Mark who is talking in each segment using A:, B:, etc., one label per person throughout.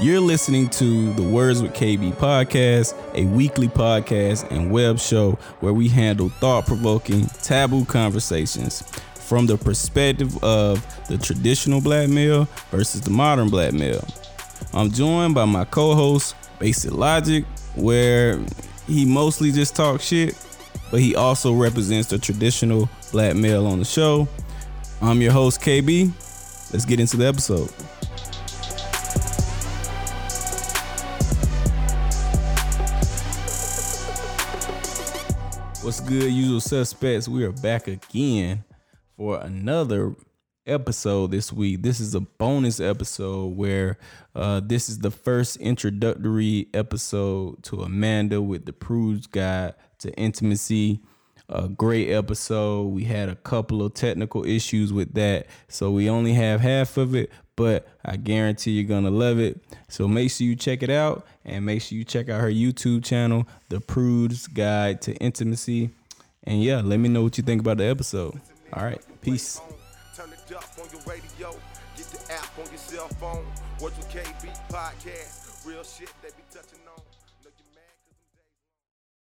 A: You're listening to the Words with KB podcast, a weekly podcast and web show where we handle thought provoking, taboo conversations from the perspective of the traditional black male versus the modern black male. I'm joined by my co host, Basic Logic, where he mostly just talks shit, but he also represents the traditional black male on the show. I'm your host, KB. Let's get into the episode. What's good, usual suspects? We are back again for another episode this week. This is a bonus episode where uh, this is the first introductory episode to Amanda with the Prude's Guide to Intimacy. A great episode. We had a couple of technical issues with that, so we only have half of it, but I guarantee you're gonna love it. So make sure you check it out and make sure you check out her YouTube channel, The Prude's Guide to Intimacy. And yeah, let me know what you think about the episode. All right, peace.
B: Turn it up on your radio. Get the app on your cell phone. Watch your KB podcast. Real shit they be touching on. Know you mad 'cause them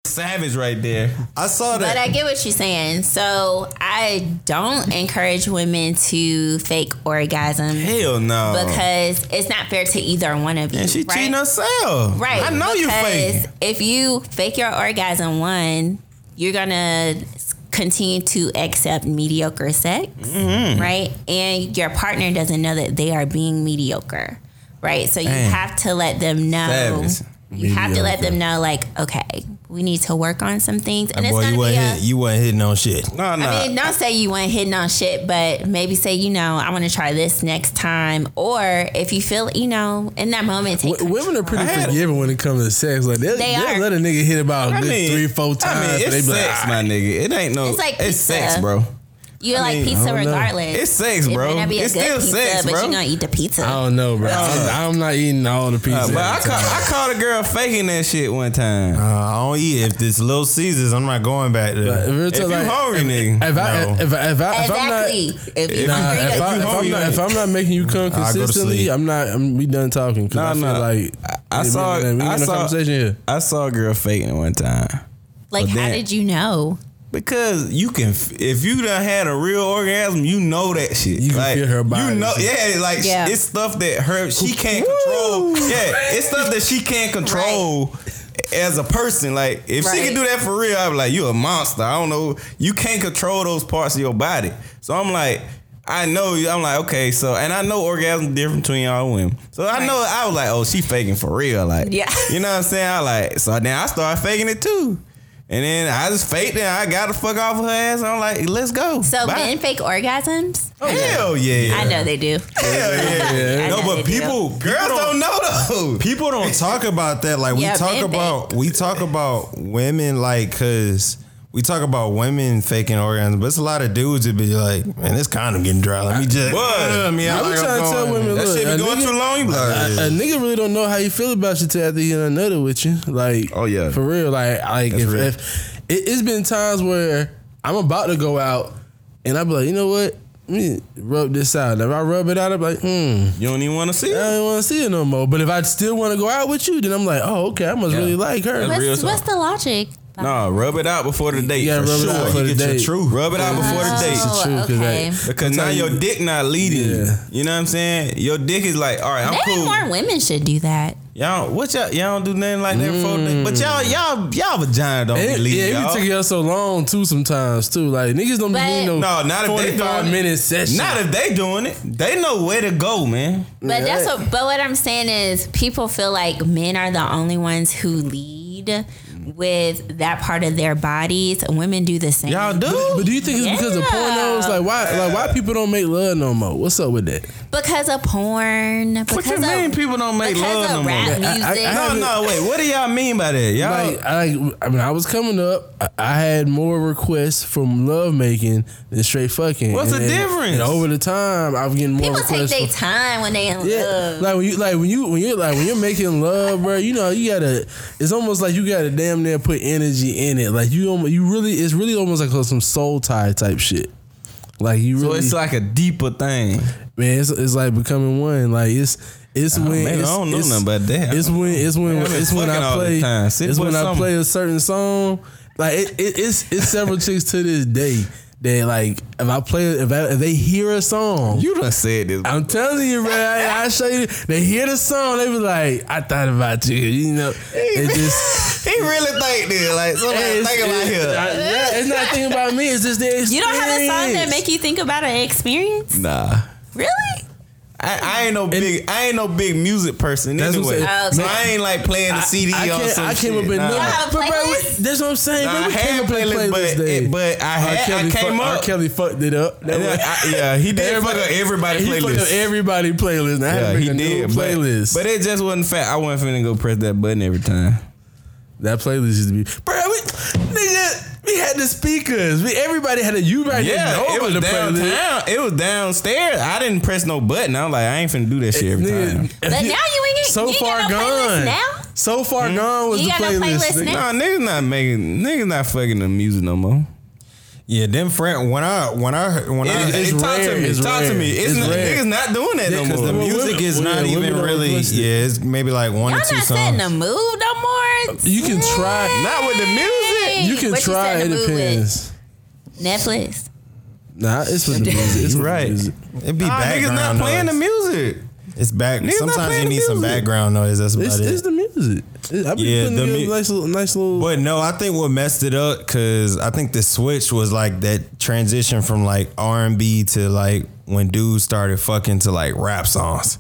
B: days-
A: Savage right there.
C: I saw
D: But
C: that.
D: I get what you're saying. So I don't encourage women to fake orgasm
C: Hell no.
D: because it's not fair to either one of you.
C: and she
D: right?
C: cheating herself.
D: Right.
C: I know you
D: because
C: fake.
D: If you fake your orgasm one, you're gonna s- continue to accept mediocre sex,
C: Mm-hmm.
D: right? And your partner doesn't know that they are being mediocre, right? So you
C: Dang.
D: have to let them know.
C: Savage.
D: You have to let
C: Mediocre.
D: them know, like, okay, we need to work on some things, and it's
C: Boy,
D: gonna
C: you
D: be
C: wasn't,
D: a.
C: hit, you wasn't hitting on shit. No, no.
E: Uh,
D: I mean, don't say you went hitting on shit, but maybe say, you know, I want to try this next time. Or if you feel, you know, in that moment, take
E: W- women are pretty
C: had it.
E: forgiving when it comes to sex. Like they'll,
D: They
E: they will
D: are.
E: let a nigga hit about a
C: I
E: good
C: mean,
E: three, four times.
C: I mean,
E: but they
C: it's
E: be like,
C: sex,
E: "Ah,
C: my nigga. It ain't no. It's,
D: It's like pizza.
C: sex, bro.
D: You
C: I
D: like
C: mean, I
D: pizza
E: don't know.
D: regardless.
C: It's sex,
D: It
C: bro.
D: may not be a
C: It's
D: good
C: still
D: pizza,
C: sex,
D: but
C: bro.
D: you're gonna eat the pizza.
E: I don't know, bro. I'm, I'm not eating all the pizza.
C: Uh, but I
E: every
C: caught,
E: time.
C: I caught a girl faking that shit one time.
F: Uh, I don't eat if it's Little Caesars. I'm not going back there.
E: Like, if real
C: if
E: talk,
C: you
E: like,
C: hungry, nigga.
E: if I
F: No.
E: if I if I if I'm not
D: exactly. if you
C: Nah,
E: Nah,
D: hungry,
E: if,
D: go-
E: I,
C: you hungry,
E: am not,
C: like-
E: if I'm not making you come
F: I'll go to
E: consistently,
F: sleep.
E: I'm not. I'm, we done talking. Cause
C: Nah,
E: I feel
C: nah.
E: like
C: I
E: we
C: saw-
E: getting- we
C: I
E: getting a
C: saw-
E: conversation here.
C: I saw a girl faking it one time.
D: like,
C: but
D: how
C: then-
D: did you know?
C: Because you can, f- if you done had a real orgasm, you know that shit.
E: You can
C: like,
E: feel her body
C: You know,
E: and
C: yeah, like
D: Yeah.
C: it's stuff that her she can't control. Yeah, it's stuff that she can't control as a person. Like if she
D: Right.
C: can do that for real, I'd be like, you a monster. I don't know. You can't control those parts of your body. So I'm like. I know. you- I'm like okay. So, and I know orgasm different between y'all women. So I know I was like, oh, she faking for real. Like,
D: Yeah.
C: you know what I'm saying? I like so then I started faking it too. And then I just faked it. I got the fuck off her ass. I'm like, let's go.
D: So
C: Bye.
D: men fake orgasms.
C: Oh, hell yeah.
D: I know they do.
C: Hell yeah.
D: I
C: No,
D: know
C: but
D: they do.
C: people, girls don't know though.
F: People don't talk about that. Like
D: Yeah,
F: we talk
D: man,
F: about, we talk about women. Like, cause we talk about women faking orgasms, but it's a lot of dudes that be like, man, this condom getting dry. Let me just.
C: What?
F: I mean,
E: I
F: I'm
E: be
F: like,
E: trying
F: I'm
E: to tell
F: going-
E: women,
C: That
E: look,
C: shit
E: a
C: be going
E: nigga- Uh,
C: too long. You be
E: a,
C: Like,
E: a nigga really don't know how you feel about shit till after he done nutted with you. Like,
C: Oh, yeah.
E: for real. Like, like if,
C: real.
E: if it, it's been times where I'm about to go out and I be like, you know what? Let me rub this out. If I rub it out, I'm like, hmm,
C: you don't even want to see it.
E: I
D: Uh,
E: don't want to see it no more. But if I still want to go out with you, then I'm like, oh, okay, I must really like her.
C: That's real
D: What's,
C: talk.
D: what's the logic?
C: No, rub it out before the date.
E: You gotta
C: for
E: rub it
C: sure.
E: out for
C: you
E: the
C: get
E: date.
C: your truth. Rub it out before
D: Oh.
C: the date.
E: It's the truth, 'cause,
D: okay.
E: like,
C: Because now your dick not leading
E: Yeah.
C: you. You know what I'm saying? Your dick is like, all right, I'm
D: Maybe
C: cool.
D: more women should do that.
C: Y'all, what y'all, y'all don't do nothing like that before. the- But y'all, y'all, y'all vagina don't
E: And
C: be
E: it,
C: leading.
E: yeah, it
C: y'all.
E: be taking us so long too. Sometimes too, like niggas don't be
D: But-
E: doing no,
C: No, not if they
E: forty-five
C: doing it.
E: minute session.
C: Not if they doing it. They know where to go, man.
D: But that's
E: Yeah.
D: what. But what I'm saying is, people feel like men are the only ones who lead with that part of their bodies. Women do the same.
C: Y'all
E: But, but
C: do.
E: do you think it's because of
D: Yeah.
E: pornos? Like why? Like why people don't make love no more? What's up with that?
D: because of porn. Because
C: What you
D: of,
C: mean people don't make
D: because
C: love
D: of
C: no more?
D: rap
E: I- I-
D: music.
E: I
C: No,
E: haven't-
C: no, wait. What do y'all mean by that? Y'all,
E: Like I, I mean, I was coming up. I, I had more requests from love making than straight fucking.
C: What's
E: And
C: the
E: then-
C: difference?
E: And over the time, I'm getting more
D: People take
E: requests.
D: their
E: for-
D: time when they in
E: yeah,
D: love.
E: like when you like when you when you're like when you're making love, bro. You know you gotta. It's almost like you gotta damn near put energy in it. Like you almost, you really it's really almost like some soul tie type shit. Like you
C: so
E: really
C: it's like a deeper thing.
E: man, it's, it's like becoming one. Like it's It's when
C: Oh, man, I
E: it's,
C: don't know
E: it's-
C: nothing about that.
E: It's when it's when
C: Man, I've been
E: it's when
C: fucking
E: I
C: all the
E: play
C: time. Sit
E: it's
C: with
E: when I
C: something.
E: play a certain song. Like it, it, it's it's several chicks to this day that like if I play if, I, if they hear a song.
C: You done said this.
E: I'm telling you, man. I, I show you. They hear the song. They be like, "I thought about you." You know, it just
C: he really think this. Like somebody
E: it's,
C: think about
E: it's-
C: here.
E: I- yeah, it's not thinking about me. It's just the experience.
D: You don't have a song that make you think about an experience?
C: Nah.
D: Really?
C: I, I ain't no big I ain't no big music person
E: That's what
C: anyway.
D: I'm
C: So
D: saying.
C: I ain't like playing the CD
E: I, I
C: or
E: can't-
C: some
E: I came
C: shit.
E: up in
C: Nah.
E: number.
D: have a
E: But, bro,
D: playlist?
E: we- that's what I'm saying.
C: Nah,
E: bro,
C: I
E: we came
C: had
E: up play
C: playlist,
E: playlist
C: but,
E: day.
C: it, but I,
E: R.
C: had, I
E: Kelly
C: came up.
E: fuck- R. Kelly fucked it up. That was-
C: I- yeah, he did fuck
E: Everybody-
C: up everybody
E: he fucked up
C: playlist.
E: everybody playlist. I had to
C: Yeah,
E: make
C: he
E: a new
C: did. But,
E: playlist.
C: but it just wasn't fact. I wasn't finna go press that button every time.
E: that playlist used to be, bro. We, nigga, we had the speakers. We, everybody had a. You might
C: Yeah,
E: know
C: it
E: about
C: was
E: the playlist.
C: downtown. It was downstairs. I didn't press no button. I was like, I ain't finna do that shit every time.
E: Nigga,
D: But now
E: you-
D: you ain't
E: so
D: you ain't
E: far
D: got no playlist
E: gone.
D: now.
E: So far
C: Hmm?
E: gone was
D: You
E: the
D: got no
E: playlist.
D: playlist
E: nigga.
D: now?
C: Nah, niggas not making niggas not fucking the music no more.
F: Yeah, them friend when I when I when I
E: It- it's
C: talk
E: rare,
C: to me.
E: it's
C: talk to
E: rare,
C: me. It's,
E: it's
C: not,
E: rare.
C: niggas not doing that no
F: because
C: more.
F: the
E: Well,
F: music
E: women-
F: is not
E: yeah, women
F: even
E: don't
F: really
E: listen.
F: yeah, it's maybe like one
D: Y'all
F: or
D: not
F: two
D: setting the
F: songs.
D: mood no more.
E: You can try.
C: not with the music.
E: You can
D: What you
E: try.
D: set
E: It
D: the mood with?
E: depends.
D: Netflix.
E: Nah, it's with the music. It's
F: You
E: with the
F: right.
E: music.
F: It'd be
C: Nah, niggas
F: background
C: not playing
F: noise.
C: the music.
F: It's back.
C: Niggas not
F: Sometimes
C: playing
F: you
C: the
F: need some
C: music.
F: background noise. That's about
E: It's,
F: it.
E: it's the music. It- I've been
F: Yeah,
E: putting
F: the
E: together
F: mu-
E: nice little, nice little.
F: But no, I think what messed it up because I think the switch was like that transition from like R and B to like when dudes started fucking to like rap songs.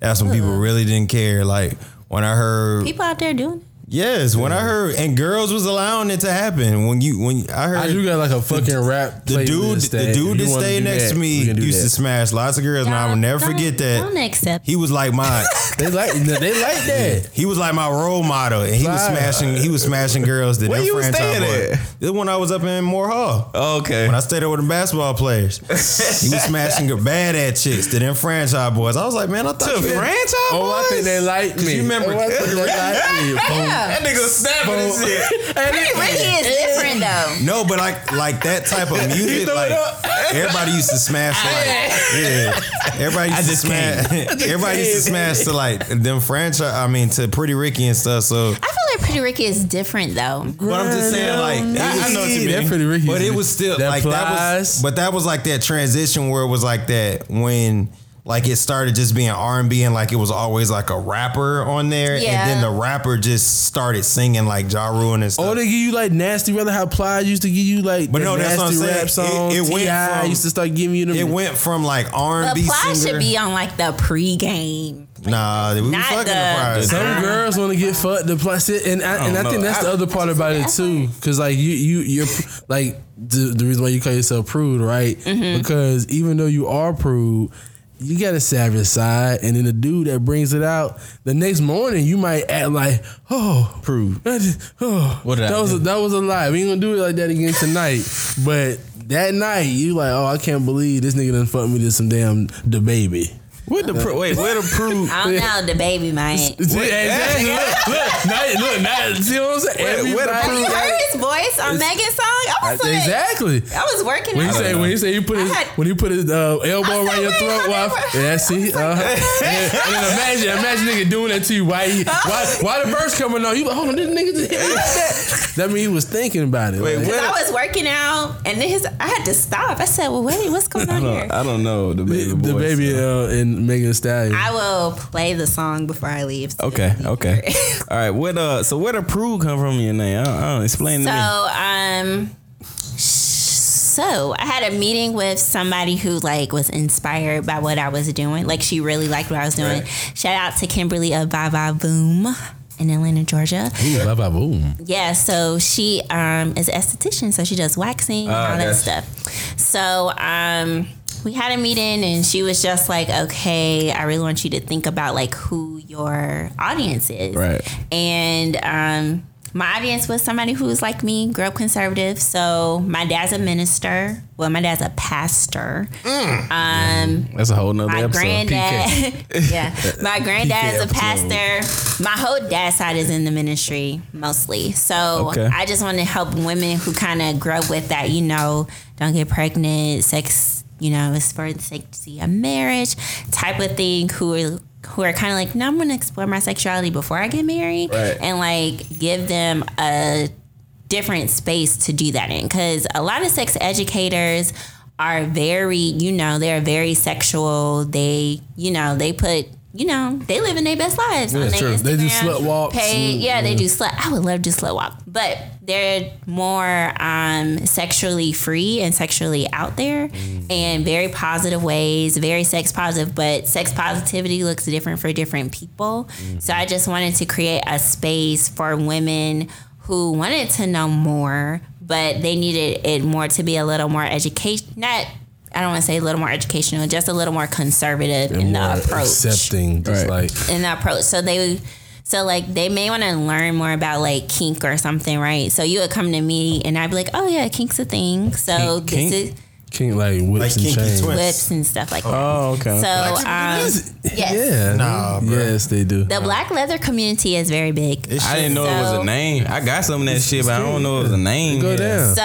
F: That's when people really didn't care. Like when I heard
D: People out there doing it.
F: yes, when I heard and girls was allowing it to happen. When you when I heard
E: I do got like a fucking rap.
F: the dude
E: playlist
F: the
E: that
F: dude
E: if
F: that
E: you wanna
F: stayed
E: do
F: next
E: that,
F: to me
E: we can do
F: used to
E: that.
F: smash lots of girls, and I will never
D: Don't-
F: forget
D: Don't
F: that.
D: accept.
F: He was like my
E: They like they like that.
F: He was like my role model, and he was
E: Fly.
F: smashing. He was smashing girls that
C: Where
F: their
C: you was
F: friends
C: staying
F: were.
C: at?
F: This one I was up in Moore Hall.
C: Okay.
F: When I stayed there with the basketball players, he was smashing her bad at chicks to them franchise boys. I was like, man, I thought
C: the
F: you had-
C: franchise
E: Oh, I think
C: boys?
E: they like me.
F: you remember-
E: Oh, I think they like me.
D: yeah.
C: That nigga snapping his shit.
E: And
D: Ricky, Ricky is different though.
F: No, but like like that type of music,
C: threw it
F: like
C: up.
F: everybody used to smash like yeah. Everybody used to
C: just
F: smash. Everybody used to smash to like them franchise. I mean, to Pretty Ricky and stuff. So
D: I feel like Pretty Ricky is different though.
F: But I'm just saying, like,
E: Grind
F: I- I know what you
E: on
F: mean.
E: me. That Pretty Ricky
F: But
E: is-
F: it was still
E: that
F: like that was,
E: flies.
F: but that was like that transition where it was like that when like it started just being R and B and like it was always like a rapper on there,
D: Yeah.
F: and then the rapper just started singing like Ja Rule and stuff.
E: Oh, they give you like nasty. Rather how Ply used to give you like
F: But
E: the
F: no, that's what
E: nasty
F: I'm saying.
E: rap song.
F: It- it went
E: T.I.
F: from-
E: used to start giving you them.
F: it went from like R
D: But
F: and B
D: Ply
F: singer.
D: should be on like the pregame.
F: nah, we
D: Not
F: fucking the,
D: the-
F: prize.
E: Some
D: Ah.
E: girls want to get fucked. The plus, it, and I, and I
C: don't
E: think
C: know.
E: that's the
C: I-
E: other part about it too, because like you you you're like the, the reason why you call yourself prude, right? Because even though you are prude. You got a savage side, and then the dude that brings it out the next morning, you might act like, "Oh, prude, that, oh,
C: What did
E: that
C: I
E: was a,
C: do?
E: that was a lie. We ain't gonna do it like that again tonight." but that night, you like, "Oh, I can't believe this nigga done fucked me to some damn the baby."
C: What the pro- wait? Where the proof?
D: I don't know the baby man.
E: See, exactly. Look, look, now, look, now, see what I'm saying?
C: Where- where the
E: Everybody-
D: Have you heard his voice on Megan's song? I was like,
E: exactly.
D: I was working. I
E: When he
D: was
E: say,
D: like,
E: when he say, he put his,
D: I had-
E: when he put his uh, elbow
D: I
E: around
D: said,
E: your
D: wait,
E: throat,
D: how
E: while,
D: did it work?
E: yeah, see, uh, and, and then imagine, imagine nigga doing that to you. Why, he, why, why the verse coming on? You like, hold on, this nigga just hit me like that. That mean he was thinking about it.
C: Wait,
E: like,
C: what?
D: I was working out, and then his, I had to stop. I said, well, wait, what's going on here?
C: I don't know the baby.
E: The, the
C: boy
E: baby
C: stuff.
E: uh, and Megan Thee Stallion.
D: I will play the song before I leave. so
C: Okay.
D: you can hear
C: Okay.
D: it.
C: All right. What? Uh. So where the proof come from? in Your name? I don't, I don't explain
D: So,
C: to me.
D: um, so I had a meeting with somebody who like was inspired by what I was doing. Like she really liked what I was doing. Shout out to Kimberly of Bye Bye Boom in Atlanta, Georgia.
E: Ooh, blah, blah, boom.
D: Yeah, so she um, is an esthetician, so she does waxing and all that
C: gotcha.
D: stuff. So um, we had a meeting, and she was just like, "Okay, I really want you to think about like who your audience is."
C: Right.
D: And um, my audience was somebody who was like me, grew up conservative. So my dad's a minister. Well, my dad's a pastor.
C: That's a whole nother
D: My
C: episode.
D: granddad, yeah, my granddad's a
C: episode.
D: pastor. My whole dad side is in the ministry mostly, so
C: Okay.
D: I just want to help women who kind of grow with that. You know, don't get pregnant. Sex, you know, is for the safety of marriage, type of thing. Who are who are kind of like, no, I'm gonna explore my sexuality before I get married,
C: Right.
D: and like give them a different space to do that in because a lot of sex educators are very you know they're very sexual they you know they put you know they live in their best lives on
E: Yeah,
D: their
E: true. They do
D: Instagram
E: slut walks
D: page.
E: and-
D: yeah they do
E: Mm-hmm.
D: slut i would love to slut walk but they're more um, sexually free and sexually out there
E: Mm.
D: in very positive ways very sex positive but sex positivity looks different for different people so
E: Mm-hmm.
D: i just wanted to create a space for women who wanted to know more, but they needed it more to be a little more education. Not, I don't want to say a little more educational, just a little more conservative in
E: More
D: the approach.
E: accepting, just
A: Right.
E: like
D: In the approach, so they, so like they may want to learn more about like kink or something, right? So you would come to me and I'd be like, oh yeah, kink's a thing. So
E: Kink-
D: this
E: kink?
D: is
E: kink, like whips
F: kinky
E: and chains.
F: twins.
D: whips and stuff like
A: Oh,
D: that.
A: okay.
D: So um, yes.
E: Yeah,
F: Nah,
E: they-
F: bruh.
E: yes, they do.
D: the black leather community is very big.
C: I didn't know it was
D: So-
C: a name. I got some of that shit, but I don't know it was a name.
E: Go down.
D: So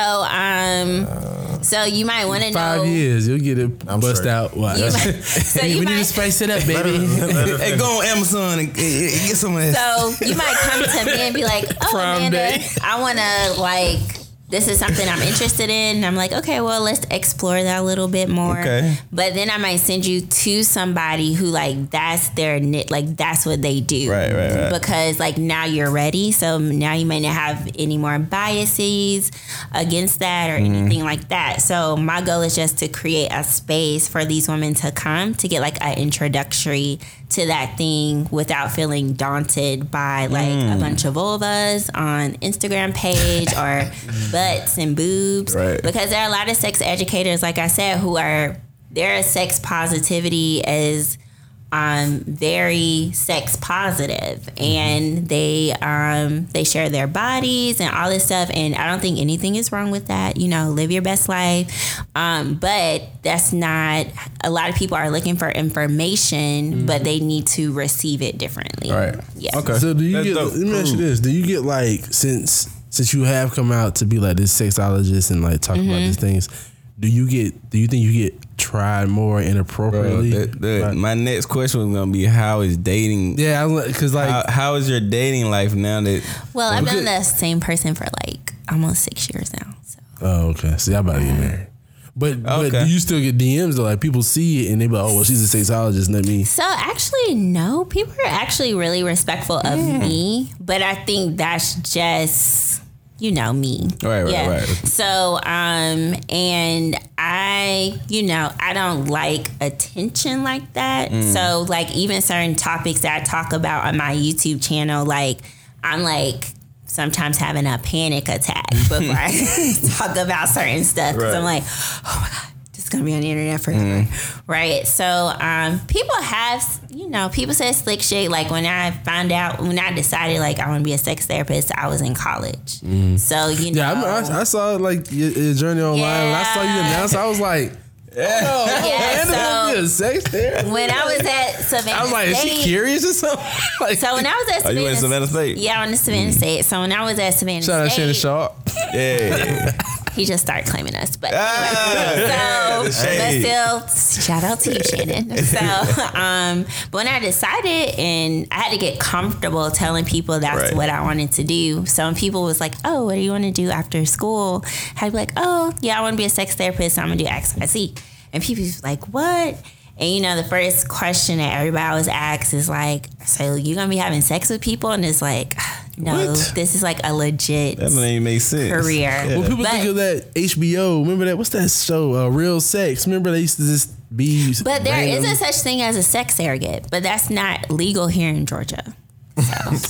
D: um, so you might want to know
E: Five years, you'll get it
F: I'm
E: bust
F: straight.
E: out. Why?
D: You might- so
E: we
D: you
E: need to
D: might
E: spice it up, baby.
C: hey, go on Amazon and eh, eh, get some of that.
D: so you might come to me and be like, "Oh,
E: Prom
D: Amanda,
E: day.
D: I want to like." This is something I'm interested in. And I'm like, okay, well, let's explore that a little bit more.
C: Okay.
D: But then I might send you to somebody who, like, that's their knit, like, that's what they do.
C: Right, right, right.
D: Because, like, now you're ready. So now you might not have any more biases against that or
C: Mm-hmm.
D: anything like that. So my goal is just to create a space for these women to come to get, like, an introductory to that thing without feeling daunted by, like,
C: Mm.
D: a bunch of vulvas on Instagram page or butts and boobs.
C: Right.
D: Because there are a lot of sex educators, like I said, who are, their sex positivity is um, very sex positive,
C: Mm-hmm.
D: and they um, they share their bodies and all this stuff. And I don't think anything is wrong with that. You know, live your best life. Um, but that's not. A lot of people are looking for information, but they need to receive it differently.
C: Mm-hmm. Right.
D: Yeah.
C: Okay.
E: So do you
C: That's
E: get?
C: dope.
E: Let me ask you this: Do you get like since since you have come out to be like this sexologist and like talk about
D: Mm-hmm.
E: these things? Do you get? Do you think you get tried more
C: Bro,
E: inappropriately?
C: that- that-
E: Like-
C: my next question was gonna be how is dating?
E: yeah, because like
C: How, how is your dating life now that
D: Well, I've
E: Okay.
D: known the same person for like almost six years now. So.
E: Oh, okay. So y'all about to get married. But but
C: Okay.
E: do you still get DMs though? Like people see it and they be like, oh well, she's a sexologist. Let me.
D: So actually, no. People are actually really respectful of me, but I think that's just you know me.
C: Right, right, right.
D: So um, and I, you know, I don't like attention like that.
C: Mm.
D: So like even certain topics that I talk about on my YouTube channel, like I'm like. Sometimes having a panic attack before I talk about certain stuff 'Cause I'm like, this is gonna be on the internet forever,
C: Mm-hmm.
D: right? So um, people have, you know, people say slick shit. Like when I found out, when I decided like I want to be a sex therapist, I was in college.
C: Mm-hmm.
D: So you know,
E: Yeah, I, remember I, I saw like your, your journey online. And I saw you
D: Um, Yeah.
E: announce. I was like, oh,
D: Yeah,
E: Amanda,
D: so-
E: you a sex therapist?
D: when I was at Savannah
E: I was like, is
D: State,
E: she curious or something? like,
D: so when I was at
C: Are
D: Savannah,
C: Oh, you in Savannah State? Mm-hmm.
D: yeah, on the Savannah State. So when I was at Savannah
E: shout out Shannon
D: State,
E: Sharp.
C: Yeah.
D: he just started claiming us, but.
C: Ah,
D: so,
C: shade.
D: but still, shout out to you, Shannon. So, um, but when I decided and I had to get comfortable telling people that's
C: Right.
D: what I wanted to do. So when people was like, "Oh, what do you want to do after school?" I'd be like, "Oh, yeah, I want to be a sex therapist. I'm gonna do X, Y, Z." And people was like, "What?" And you know, the first question that everybody was asked is like, "So you gonna be having sex with people?" And it's like, "No,
E: What?
D: this is like a legit."
C: that name makes sense.
D: Career.
E: When people
D: But-
E: think of that HBO, remember that? What's that show? Uh, Real Sex. Remember they used to just be.
D: But there
E: random-
D: not such thing as a sex surrogate, but that's not legal here in Georgia.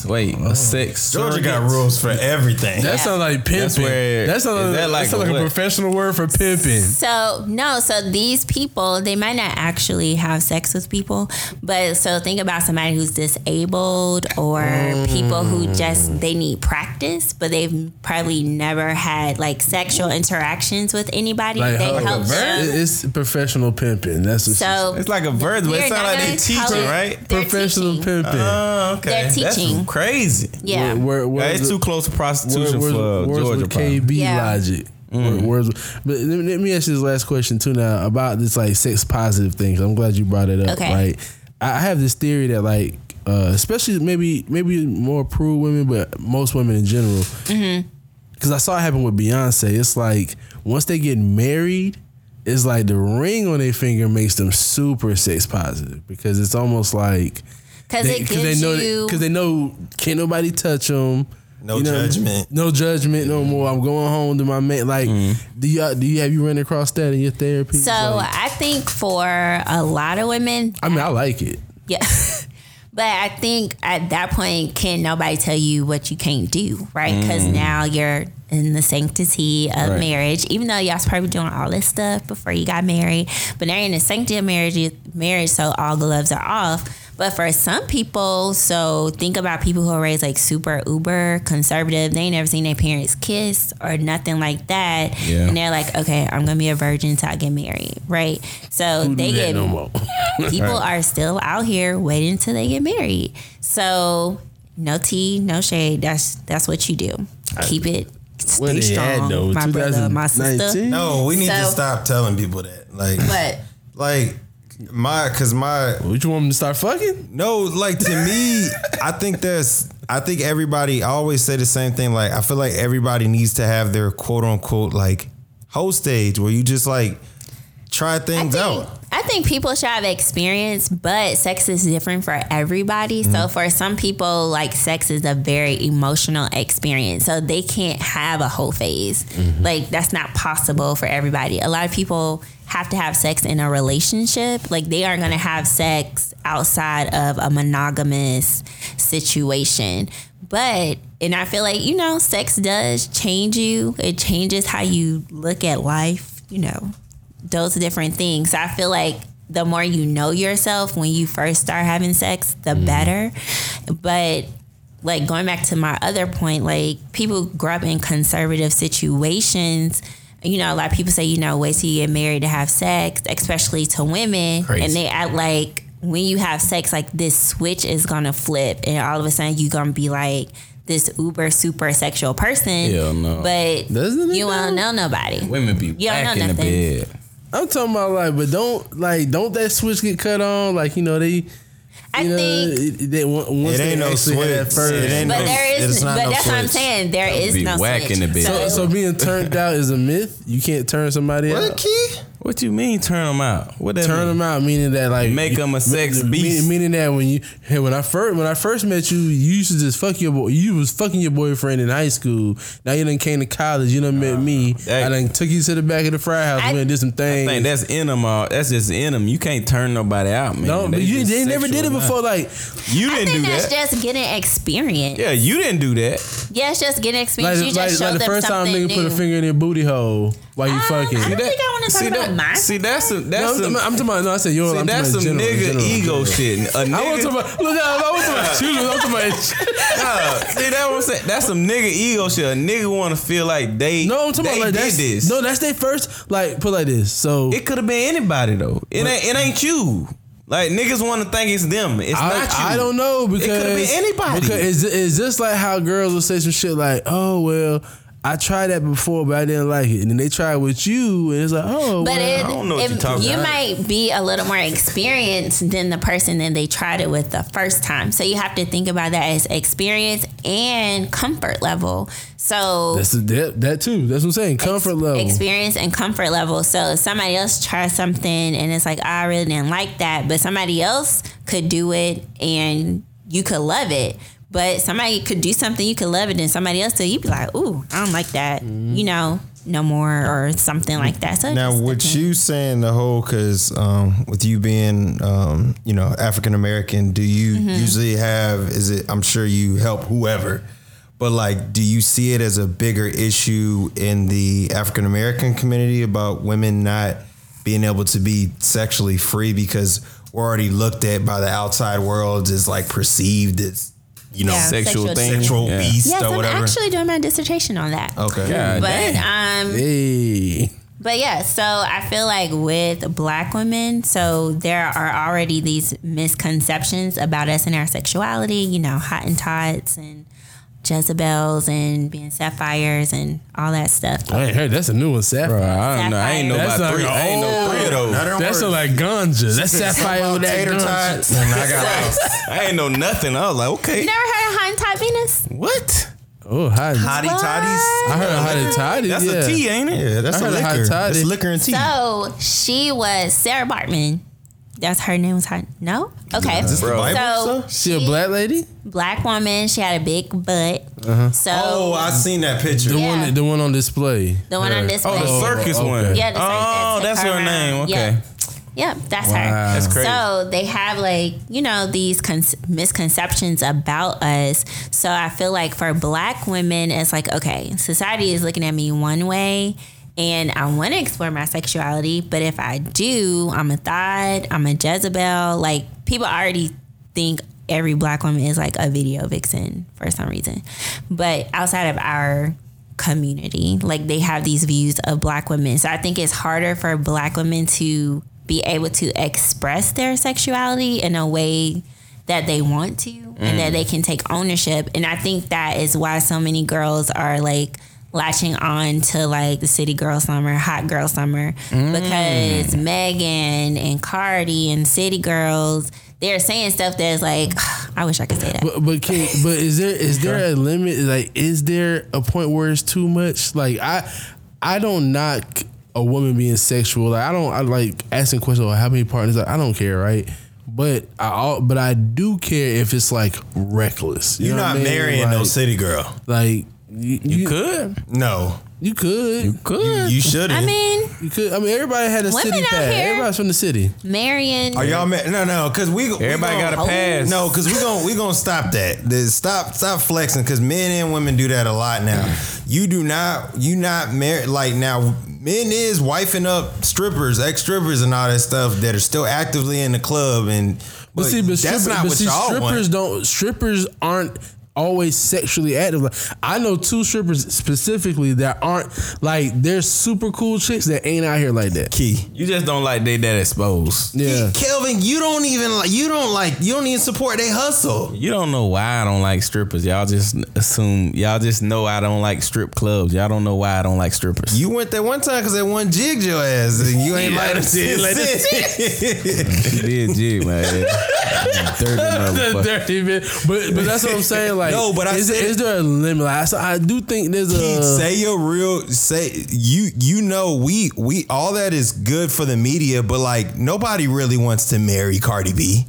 C: Wait, a sex.
F: Georgia
C: surrogate?
F: got rules for everything.
E: That
D: Yeah.
E: sounds like pimping.
C: where-
E: that sounds
C: is
E: like,
C: that
E: that
C: like
E: sounds
C: a
E: like a
C: what?
E: professional word for pimping.
D: So no, so these people they might not actually have sex with people, but so think about somebody who's disabled or people who just they need practice, but they've probably never had like sexual interactions with anybody.
E: Like,
D: they
E: how-
D: help
E: It-
D: them.
E: It's professional pimping. That's what
D: So
C: It's like a verb, but
D: we're
C: it sounds
D: not
C: like they
D: gonna
C: teaching,
D: tell it-
C: right?
D: they're
E: professional
D: teaching.
E: pimping.
C: Oh, okay.
D: They're teaching.
C: That's crazy.
D: Yeah.
E: Where, where,
C: That's
E: where-
C: too close to
E: where-
C: prostitution for
E: where's
C: Georgia. Mm.
E: with
C: probably.
E: KB
D: Yeah.
E: logic. Where- where's- but let me, let me ask you this last question too now about this like sex positive thing. 'cause I'm glad you brought it up.
D: Okay.
E: Right. I I have this theory that like, uh, especially maybe maybe more prude women, but most women in general, because
D: Mm-hmm.
E: I saw it happen with Beyonce. It's like once they get married, it's like the ring on their finger makes them super sex positive because it's almost like
D: because it gives
E: they know
D: you
E: because they know can't nobody touch them.
F: No judgment.
E: No judgment no more. I'm going home to my man. Like,
F: Mm-hmm.
E: do you do you have you run across that in your therapy?
D: So
E: Like,
D: I think for a lot of women,
E: I mean, I like it.
D: yeah. But I think at that point, can nobody tell you what you can't do, right? Because now you're in the sanctity of
E: Right.
D: marriage, even though y'all's probably doing all this stuff before you got married. But now you're in the sanctity of marriage, marriage, so all gloves are off. But for some people, so think about people who are raised like super uber conservative. They ain't never seen their parents kiss or nothing like that,
A: Yeah.
D: and they're like, okay, I'm gonna be a virgin till I get married, right? So
E: Who do
D: they
E: that
D: get
E: no more.
D: people are still out here waiting until they get married. So no tea, no shade. That's that's what you do. Keep it stay
E: Where they at,
D: strong.
E: though?
D: my brother, my sister.
E: 2019?
F: No, we need to
D: So-
F: stop telling people that. Like,
D: But
F: like my, cause my
E: Would you want them to start fucking?
F: No, like to me, I think that's. I think everybody I always say the same thing. Like I feel like everybody needs to have their quote unquote like whole stage where you just like try
D: I
F: things
D: think,
F: out.
D: I think people should have experience, but sex is different for everybody. So
F: Mm-hmm.
D: for some people, like sex is a very emotional experience. So they can't have a whole phase.
F: Mm-hmm.
D: Like that's not possible for everybody. A lot of people have to have sex in a relationship. Like they are going to have sex outside of a monogamous situation. But and I feel like, you know, sex does change you. It changes how you look at life, you know those different things. I feel like the more you know yourself when you first start having sex, the
E: Mm-hmm.
D: better. But like going back to my other point, like people grow up in conservative situations. You know, a lot of people say, you know, wait till you get married to have sex, especially to women. And they act like when you have sex, like this switch is gonna flip and all of a sudden you're gonna be like this uber super sexual person.
A: Hell no.
D: But
E: Doesn't it
D: you won't know
E: though?
D: nobody.
A: Women be
D: Yeah, I know
A: whack in the
D: nothing.
A: bed.
E: I'm talking about like, but don't like, don't that switch get cut on? Like, you know, they, you
D: I
E: know,
D: think
E: it- they on- once
F: It
E: they
F: ain't no
E: actually had that
F: switch.
E: first.
F: It ain't
D: But
F: no.
D: there
F: it's
D: is,
F: not
D: but
F: no
D: that's what I'm
F: switch.
D: saying. There is
A: be
D: no
A: whack in
D: switch.
A: the bed.
E: so, so being turned out is a myth. You can't turn somebody
F: What
E: out.
F: key?
A: What you mean turn them out? What that
E: Turn
A: mean?
E: them out, meaning that like
A: Make them a sex
E: Meaning-
A: beast.
E: Meaning, that when you hey, when I first when I first met you, you used to just fuck your boy. You was fucking your boyfriend in high school. Now you done came to college. You done met me.
A: that-
E: I done took you to the back of the fry house.
D: I-
E: we done did some
A: I
E: things.
A: think that's in them all. That's just in them. You can't turn nobody out, man.
E: no, but you
A: just
E: they never did
A: sexual
E: it
A: now.
E: before. Like
A: You
D: I
A: didn't do
D: think that's
A: that.
D: just getting experience.
A: yeah,
D: Yeah.
A: you didn't do that.
D: it's just getting
E: like,
D: experience. you
E: like,
D: just show
E: like the
D: them
E: first time
D: something new.
E: nigga put a finger in their booty hole while you
D: Um,
E: fucking.
D: I don't
A: That-
D: think I want to talk
A: see
D: about
A: that-
D: mine.
A: See, that's a,
E: No,
A: that's
E: I'm,
A: a,
E: I'm, I'm talking about no. I said yours.
A: see,
E: I'm
A: that's some
E: talking about in
A: nigga
E: general, in general.
A: ego shit. A nigga,
E: I was talking about look. I I was talking about children. I was talking about.
A: Nah, see that what I'm saying? That's some nigga ego shit. A nigga want to feel like they
E: No, I'm talking
A: they
E: about like
A: did
E: that's
A: this.
E: no. That's their first. Like put like this. So
A: It could have been anybody though. It ain't it ain't you. Like niggas want to think it's them. It's
E: I,
A: not you.
E: I don't know because
A: could've been anybody.
E: Because is, is this like how girls will say some shit like, "Oh well, I tried that before, but I didn't like it," and then they try it with you, and it's like, "Oh,
D: But
E: well.
D: it,
A: don't know what
D: if
A: you're talking
D: you
A: about.
D: might be a little more experienced than the person that they tried it with the first time. So you have to think about that as experience and comfort level. So
E: that's the, that, that too." That's what I'm saying. Comfort level.
D: experience and comfort level. So if somebody else tries something and it's like, "Oh, I really didn't like that, but somebody else could do it and you could love it. But somebody could do something you could love it, and somebody else, so you'd be like, "Ooh, I don't like that," you know, no more or something like that. So
F: Mm-hmm. Now,
D: just
F: with
D: depends.
F: you saying the whole, because um, with you being, um, you know, African American, do you
D: Mm-hmm.
F: usually have? Is it? I'm sure you help whoever, but like, do you see it as a bigger issue in the African American community about women not being able to be sexually free because we're already looked at by the outside world as like perceived as, you know,
D: Yeah,
A: sexual
D: sexual
A: thing.
F: sexual
A: yeah.
F: beast
D: yes,
F: or
D: I'm
F: whatever.
D: actually doing my dissertation on that.
F: okay.
A: God
D: But
A: damn.
D: um,
E: hey,
D: But yeah, so I feel like with black women, so there are already these misconceptions about us and our sexuality, you know, hottentots and Jezebels and being sapphires and all that stuff.
E: I ain't heard that's a new one,
C: Bro,
E: Sapphire.
C: I don't know. I ain't know
E: That's
C: about
E: like
C: three. I ain't know
E: old-
C: three of those.
F: Another
E: That's
F: word.
E: like ganja. That's sapphire with that
F: Tater
E: ganja.
F: tots, and I got
C: I ain't know nothing. I was like, okay,
D: Never heard of hot and Hot Venus?
C: what?
E: Oh, hot.
F: hottie toddies.
E: I heard a hot toddy.
C: That's
E: yeah.
C: a tea, ain't it?
F: Yeah, that's
E: I
F: a
E: heard a hot
F: liquor.
E: toddy.
F: That's liquor and tea.
D: So she was Sarah Bartman. That's her name was hot. No? Okay.
F: Is this the Bible,
D: so
F: sir?
E: She a black lady?
D: black woman. She had a big butt.
E: Uh-huh.
D: So
F: Oh, I seen that picture.
E: The
D: Yeah.
E: one, the one on display.
D: the one on
E: Right.
D: display.
C: The
E: Oh,
C: circus
E: okay.
C: one.
D: Yeah, the circus
C: Oh,
D: took
C: that's her
D: around.
C: name. Okay.
D: Yep, Yep, that's her.
C: That's crazy.
D: So they have like you know these con- misconceptions about us. So I feel like for Black women, it's like okay, society is looking at me one way, and I want to explore my sexuality, but if I do, I'm a thought, I'm a Jezebel. Like people already think every Black woman is like a video vixen for some reason, but outside of our community. Like they have these views of black women. So I think it's harder for black women to be able to express their sexuality in a way that they want to and
E: Mm.
D: that they can take ownership. And I think that is why so many girls are like latching on to like the city girl summer, hot girl summer
E: Mm.
D: because Megan and Cardi and city girls, they're saying stuff that's like, I wish I could say that.
E: But but can, but is there is there a limit? Like, is there a point where it's too much? Like, I I don't knock a woman being sexual. Like, I don't I like asking questions about how many partners. Like, I don't care, right? But I all but I do care if it's like reckless. You
F: You're
E: know
F: not
E: what I mean?
F: marrying
E: like,
F: no city girl.
E: Like you, you,
A: Good.
F: No,
E: you could you
F: you,
E: could
F: you shouldn't.
D: I mean,
E: you could. I mean, everybody had a
D: Women
E: city
D: out
E: pad.
D: here-
E: Everybody's from the city.
D: Marion.
F: Are y'all mad? No, no, because we
C: Everybody
F: we
C: got a pass.
F: No, because we gonna we gonna stop that. The- Stop stop flexing because men and women do that a lot now. You do not you not married like now. Men is wifing up strippers, ex strippers, and all that stuff that are still actively in the club. And
E: But, see, but,
F: that's
E: stripper-
F: not
E: but
F: what
E: see,
F: y'all
E: strippers
F: want.
E: don't. Strippers aren't always sexually active. Like, I know two strippers specifically that aren't like they're super cool chicks that ain't out here like that.
F: Key.
C: You just don't like they that exposed.
E: Yeah,
F: Kelvin, you don't even like you don't like you don't even support they hustle.
C: You don't know why I don't like strippers. Y'all just assume. Y'all just know I don't like strip clubs. Y'all don't know why I don't like strippers.
F: You went that one time because they one jigged your ass and you ain't like
C: did like
F: this.
C: You did jig, man. Dirty
E: The
C: motherfucker.
E: dirty bit. But but that's what I'm saying. Like,
F: No, but I
E: is,
F: said-
E: is there a limit? Like, I, so I do think there's
F: Keith,
E: a.
F: say your real say you you know we we all that is good for the media, but like nobody really wants to marry Cardi B.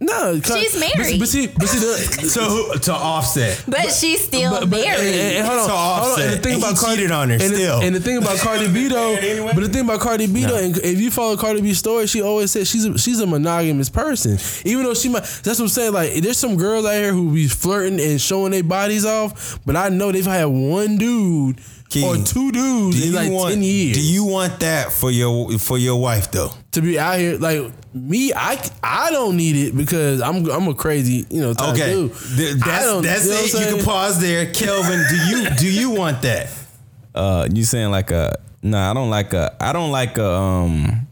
E: No, 'cause-
D: She's
E: but-
D: married.
E: But see, but see, the,
F: To to offset.
D: but she's still
E: But, but and,
D: married.
E: and- and hold on,
F: So
E: hold on.
F: offset.
E: And the thing
F: And he
E: about Cardi,
F: cheated on her
E: and the-
F: still.
E: and the thing about Cardi B though,
F: anyway.
E: but the thing about Cardi B though, and if you follow Cardi B's story, she always said she's a, she's a monogamous person. Even though she might, that's what I'm saying. Like, there's some girls out here who be flirting and showing their bodies off, but I know they've had one dude
F: Key,
E: or two dudes in like
F: want,
E: ten years.
F: Do you want that for your for your wife though?
E: to be out here like me? I I don't need it because I'm I'm a crazy you know type
F: Okay.
E: dude.
F: Th-
E: I
F: That's,
E: don't-
F: that's
E: you know
F: it.
E: what I'm
F: You can
E: saying?
F: pause there. Kelvin, do you do you want that?
C: Uh, you saying like a? Nah, I don't like a. I don't like a. Um,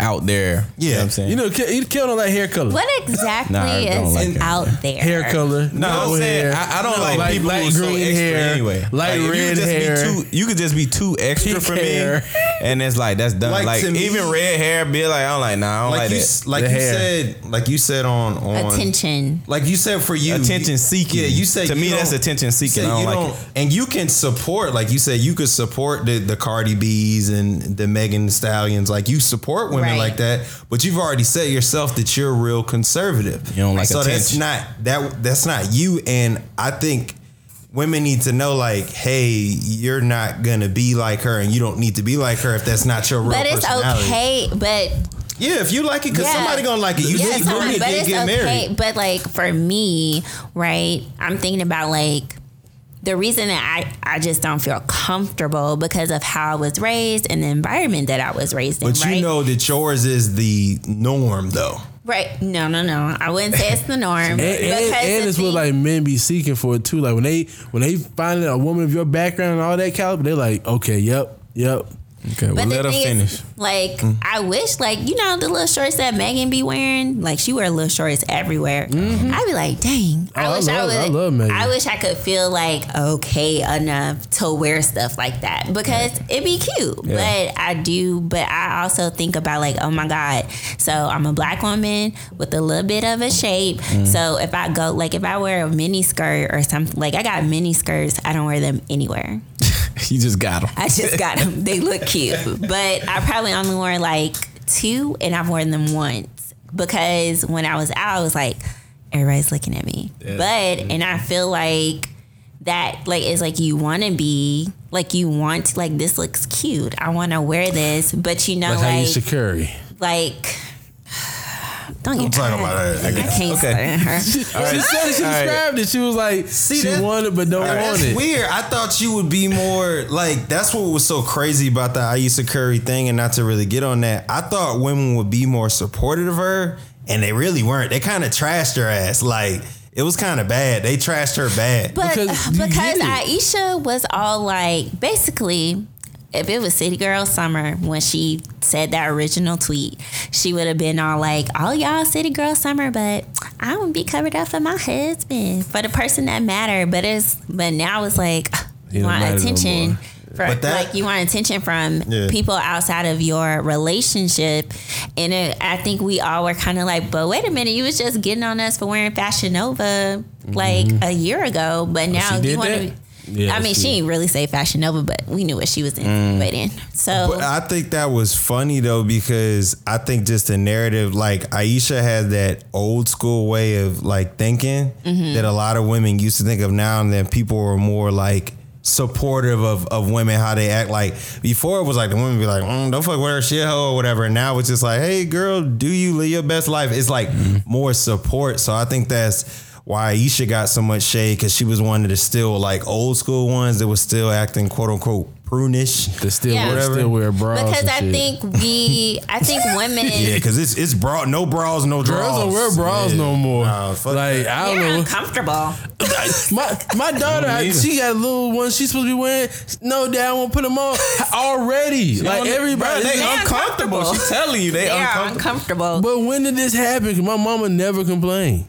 C: out there. you know
F: Yeah.
C: what I'm saying.
E: You know, Kel, you Kel don't like hair color.
D: What exactly
C: Nah, I don't
D: is
C: like that.
D: out there?
E: hair color.
C: No, I'm saying
E: hair.
C: I, I don't
E: No,
C: like, people
E: light
C: who's so
E: green
C: extra
E: hair,
C: anyway.
E: light
C: Like, if
E: red
C: you could
E: hair.
C: Just be too, you could just be too extra
E: Pink
C: for
E: hair.
C: me, and it's like that's done.
F: Like,
C: Like,
F: to me-
C: even red hair, be like I don't like. Nah, I don't like,
F: Like you
C: that.
F: s- like
E: The
F: you
E: hair.
F: said like you said on on
D: Attention.
F: Like you said for you,
C: Attention seeking.
F: Yeah, you said
C: To
F: you
C: me,
F: don't-
C: that's attention seeking.
F: you said
C: I don't
F: you
C: like
F: And you can support, like you said, you could support the the Cardi B's and the Megan Thee Stallions. Like you support women
D: Right.
F: like that, but you've already said yourself that you're real conservative.
C: You don't like
F: so that's
C: attention.
F: not that that's not you. And I think women need to know, like, hey, you're not gonna be like her, and you don't need to be like her if that's not your real.
D: But it's
F: personality.
D: okay. But
F: Yeah, if you like it, because
D: Yeah.
F: somebody gonna like it. You
D: yeah,
F: just go
D: someone-
F: ahead
D: but
F: and
D: it's
F: get married.
D: okay. But like for me, right? I'm thinking about like the reason that I I just don't feel comfortable because of how I was raised and the environment that I was raised in.
F: But
D: right?
F: you know that yours is the norm, though.
D: right? No, no, no. I wouldn't say it's the norm.
E: And, and, and
D: the
E: it's what
D: thing-
E: like men be seeking for it too. Like when they when they find a woman of your background and all that caliber, they're like, okay, yep, yep.
F: Okay, well,
D: But
F: let
D: the
F: her
D: thing
F: finish.
D: Is, like
E: Mm.
D: I wish, like you know, the little shorts that Megan be wearing. Like she wear little shorts everywhere. I'd be like, dang.
E: Mm-hmm. Oh, I
D: wish
E: love-
D: would.
E: I love Megan.
D: I wish I could feel like okay enough to wear stuff like that because it'd be cute. But I do. But I also think about like, oh my god. So I'm a black woman with a little bit of a shape.
E: Mm.
D: So if I go, like, if I wear a mini skirt or something, like I got mini skirts, I don't wear them anywhere.
A: He just got him.
D: I just got them. They look cute, but I probably only wore like two, and I've worn them once because when I was out, I was like, everybody's looking at me. But and I feel like that, like, is like you want to be, like, you want, to like, this looks cute. I want to wear this, but you know,
E: Like how you
D: like,
E: should carry.
D: like. Don't get
F: talk about
D: I,
F: that. I guess.
D: can't stand her.
E: She said it. She
F: All right.
E: described it. She was like, she
F: that-
E: wanted but don't want
F: Oh, That's
E: it.
F: weird. I thought you would be more like that's what was so crazy about the Aisha Curry thing, and not to really get on that. I thought women would be more supportive of her, and they really weren't. They kind of trashed her ass. Like it was kind of bad. They trashed her bad.
D: But uh,
E: Because
D: because,
E: you get it.
D: Aisha was all like, basically, if it was City Girl Summer when she said that original tweet, she would have been all like, "All y'all City Girl Summer," but I would be covered up for my husband, for the person that mattered. But it's but now it's like you
E: don't
D: want
E: matter no
D: attention.
E: more.
D: for,
F: But that-
D: like you want attention from
F: Yeah.
D: people outside of your relationship, and it, I think we all were kind of like, "But wait a minute, you was just getting on us for wearing Fashion Nova like a year ago, but now
E: Mm-hmm. Oh, she
D: you
E: did
D: want
E: that?
D: to."
E: Yeah,
D: I mean, she
E: she- Mm.
D: didn't really say Fashion Nova, but we knew what she was insinuating. So,
F: But I think that was funny though because I think just the narrative, like Aisha has that old school way of like thinking that a lot of women used to think of now, and then people were more like supportive of, of women how they act. Like before, it was like the women be like, mm, "Don't fuck with her shithole" or whatever. And now it's just like, "Hey, girl, do you live your best life?" It's like more support. So I think that's. Why Aisha got so much shade because she was one of the still like old school ones that was still acting quote unquote prunish.
E: They still,
D: Yeah.
E: wear,
F: Whatever.
E: still wear bras.
D: because
E: and
D: I
E: shit.
D: think we, I think women,
F: Yeah, because it's it's bra, no bras, no draws.
E: girls don't wear bras
F: Yeah.
E: no more.
F: Nah, fuck
E: like
F: that.
E: I don't
D: they're
E: know.
D: uncomfortable.
E: my my daughter, I, she got a little one. She's supposed to be wearing. No, dad, I won't put them on already. like everybody,
C: Bro, they
D: They
C: uncomfortable.
D: uncomfortable.
C: She telling you they,
D: They are
C: uncomfortable.
D: uncomfortable.
E: But when did this happen? 'Cause my mama never complained.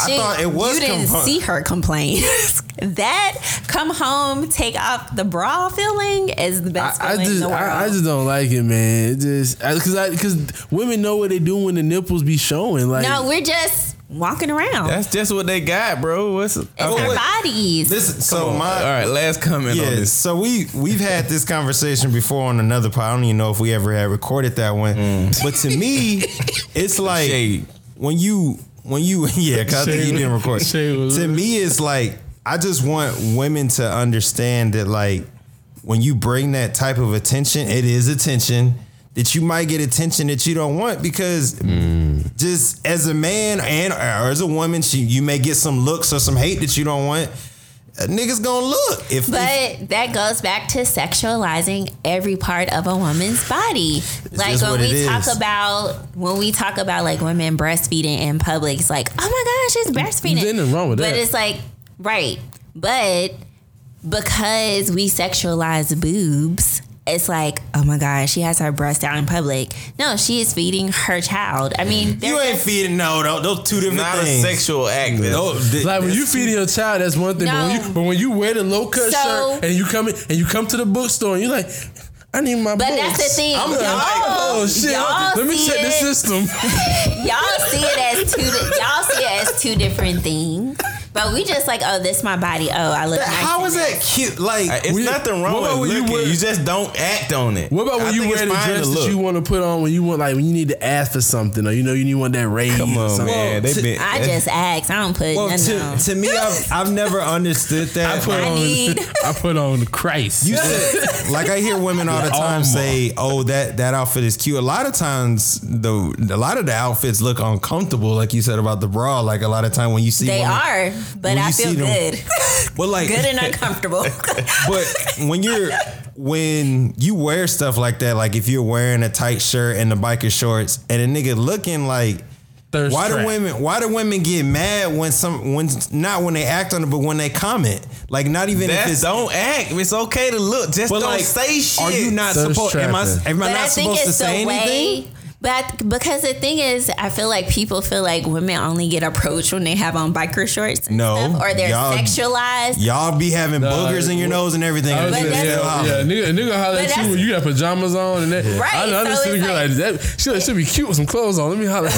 F: I thought it was
D: You didn't
F: compun-
D: see her complain. that come home, take off the bra feeling is the best
E: I, I
D: feeling in
E: just,
D: the world.
E: I, I just don't like it, man. It just I- cause I, cause women know what they do when the nipples be showing. Like,
D: no, we're just walking around.
A: That's just what they got, bro. What's
D: it's
A: okay.
D: our bodies.
F: This so
A: All
F: my
A: right, last comment on
F: yeah.
A: this.
F: So we we've had this conversation before on another pod. I don't even know if we ever had recorded that one. But to me, it's like
A: Mm. Shade.
F: when you when you yeah. 'cause I think you
E: Shade.
F: didn't record.
E: Shade was-
F: To me, it's like I just want women to understand that like when you bring that type of attention, it is attention. That you might get attention that you don't want because
A: Mm.
F: just as a man and or as a woman, she, you may get some looks or some hate that you don't want. A niggas gonna look if, if-
D: But that goes back to sexualizing every part of a woman's body. Like
F: just
D: when
F: what it
D: we talk
F: is.
D: about when we talk about like women breastfeeding in public, it's like, oh my gosh, it's breastfeeding.
E: There's nothing wrong with
D: but
E: that.
D: it's like, right. But because we sexualize boobs, it's like, oh my God, she has her breast out in public. No, she is feeding her child. I mean,
F: you
D: they're
F: ain't
D: just-
F: feeding no, no, those two different
A: Not a
F: things.
A: sexual act.
F: No, th-
E: Like when you feed your child, that's one thing. But, when
D: No.
E: you, but when you wear the low cut
D: So-
E: shirt and you come in, and you come to the bookstore and you're like, I need my.
D: But
E: books.
D: that's the thing.
E: I'm like,
D: Y'all-
E: oh shit.
D: y'all
E: Let me
D: see
E: check the
D: it.
E: system.
D: y'all see it as two. di- Y'all see it as two different things. But we just like, oh, this my body. Oh, I look. nice
F: how
D: in
F: is
D: this.
F: that cute? Like
A: It's
E: We-
A: nothing wrong
E: what about
A: with
E: when you
A: looking. You,
E: wear-
A: just don't act on it.
E: What about when
A: I
E: you
A: think
E: wear
A: it's
E: the
A: fine to
E: dress that
A: look.
E: you want to put on when you want like when you need to ask for something or you know you need want that raise?
A: Come
E: or
A: on,
E: something?
A: man. They been.
D: I just asked. I don't put
F: Well,
D: nothing
F: to,
D: on.
F: to me, I've, I've never understood that.
E: I put
D: I
E: on
D: need-
E: I put on Christ.
F: You said- like I hear women all the time say, "Oh, that that outfit is cute." A lot of times, the a lot of the outfits look uncomfortable, like you said about the bra. Like a lot of time when you see
D: they
F: women-
D: are, but
F: when
D: I
F: you see
D: feel
F: them-
D: good.
F: Well, like
D: good and uncomfortable.
F: but when you're when you wear stuff like that, like if you're wearing a tight shirt and the biker shorts and a nigga looking like
E: thirst
F: Why do
E: trap.
F: women? Why do women get mad when some when not when they act on it, but when they comment? Like not even if
C: That's,
F: it's
C: don't act. It's okay to look. Just
F: But
C: don't
F: like,
C: say shit.
F: Are you not
E: Thirst
F: supposed? Am I?
E: trapping.
F: Am I
D: but
F: not
D: I think
F: supposed
D: it's
F: to
D: the
F: say anything?
D: way. But because the thing is, I feel like people feel like women only get approached when they have on biker shorts and
F: No,
D: stuff, or they're
F: y'all-
D: sexualized.
F: Y'all be having boogers in your nose and everything.
E: I was
D: But
E: gonna-
D: that's-
E: yeah, yeah, nigga, nigga holler
D: But
E: at you
D: that's-
E: when you got pajamas on and that.
D: Right,
E: I, I
D: so
E: just see the
D: it's
E: girl like,
D: like-
E: that. She like, should be cute with some clothes on. Let me holler.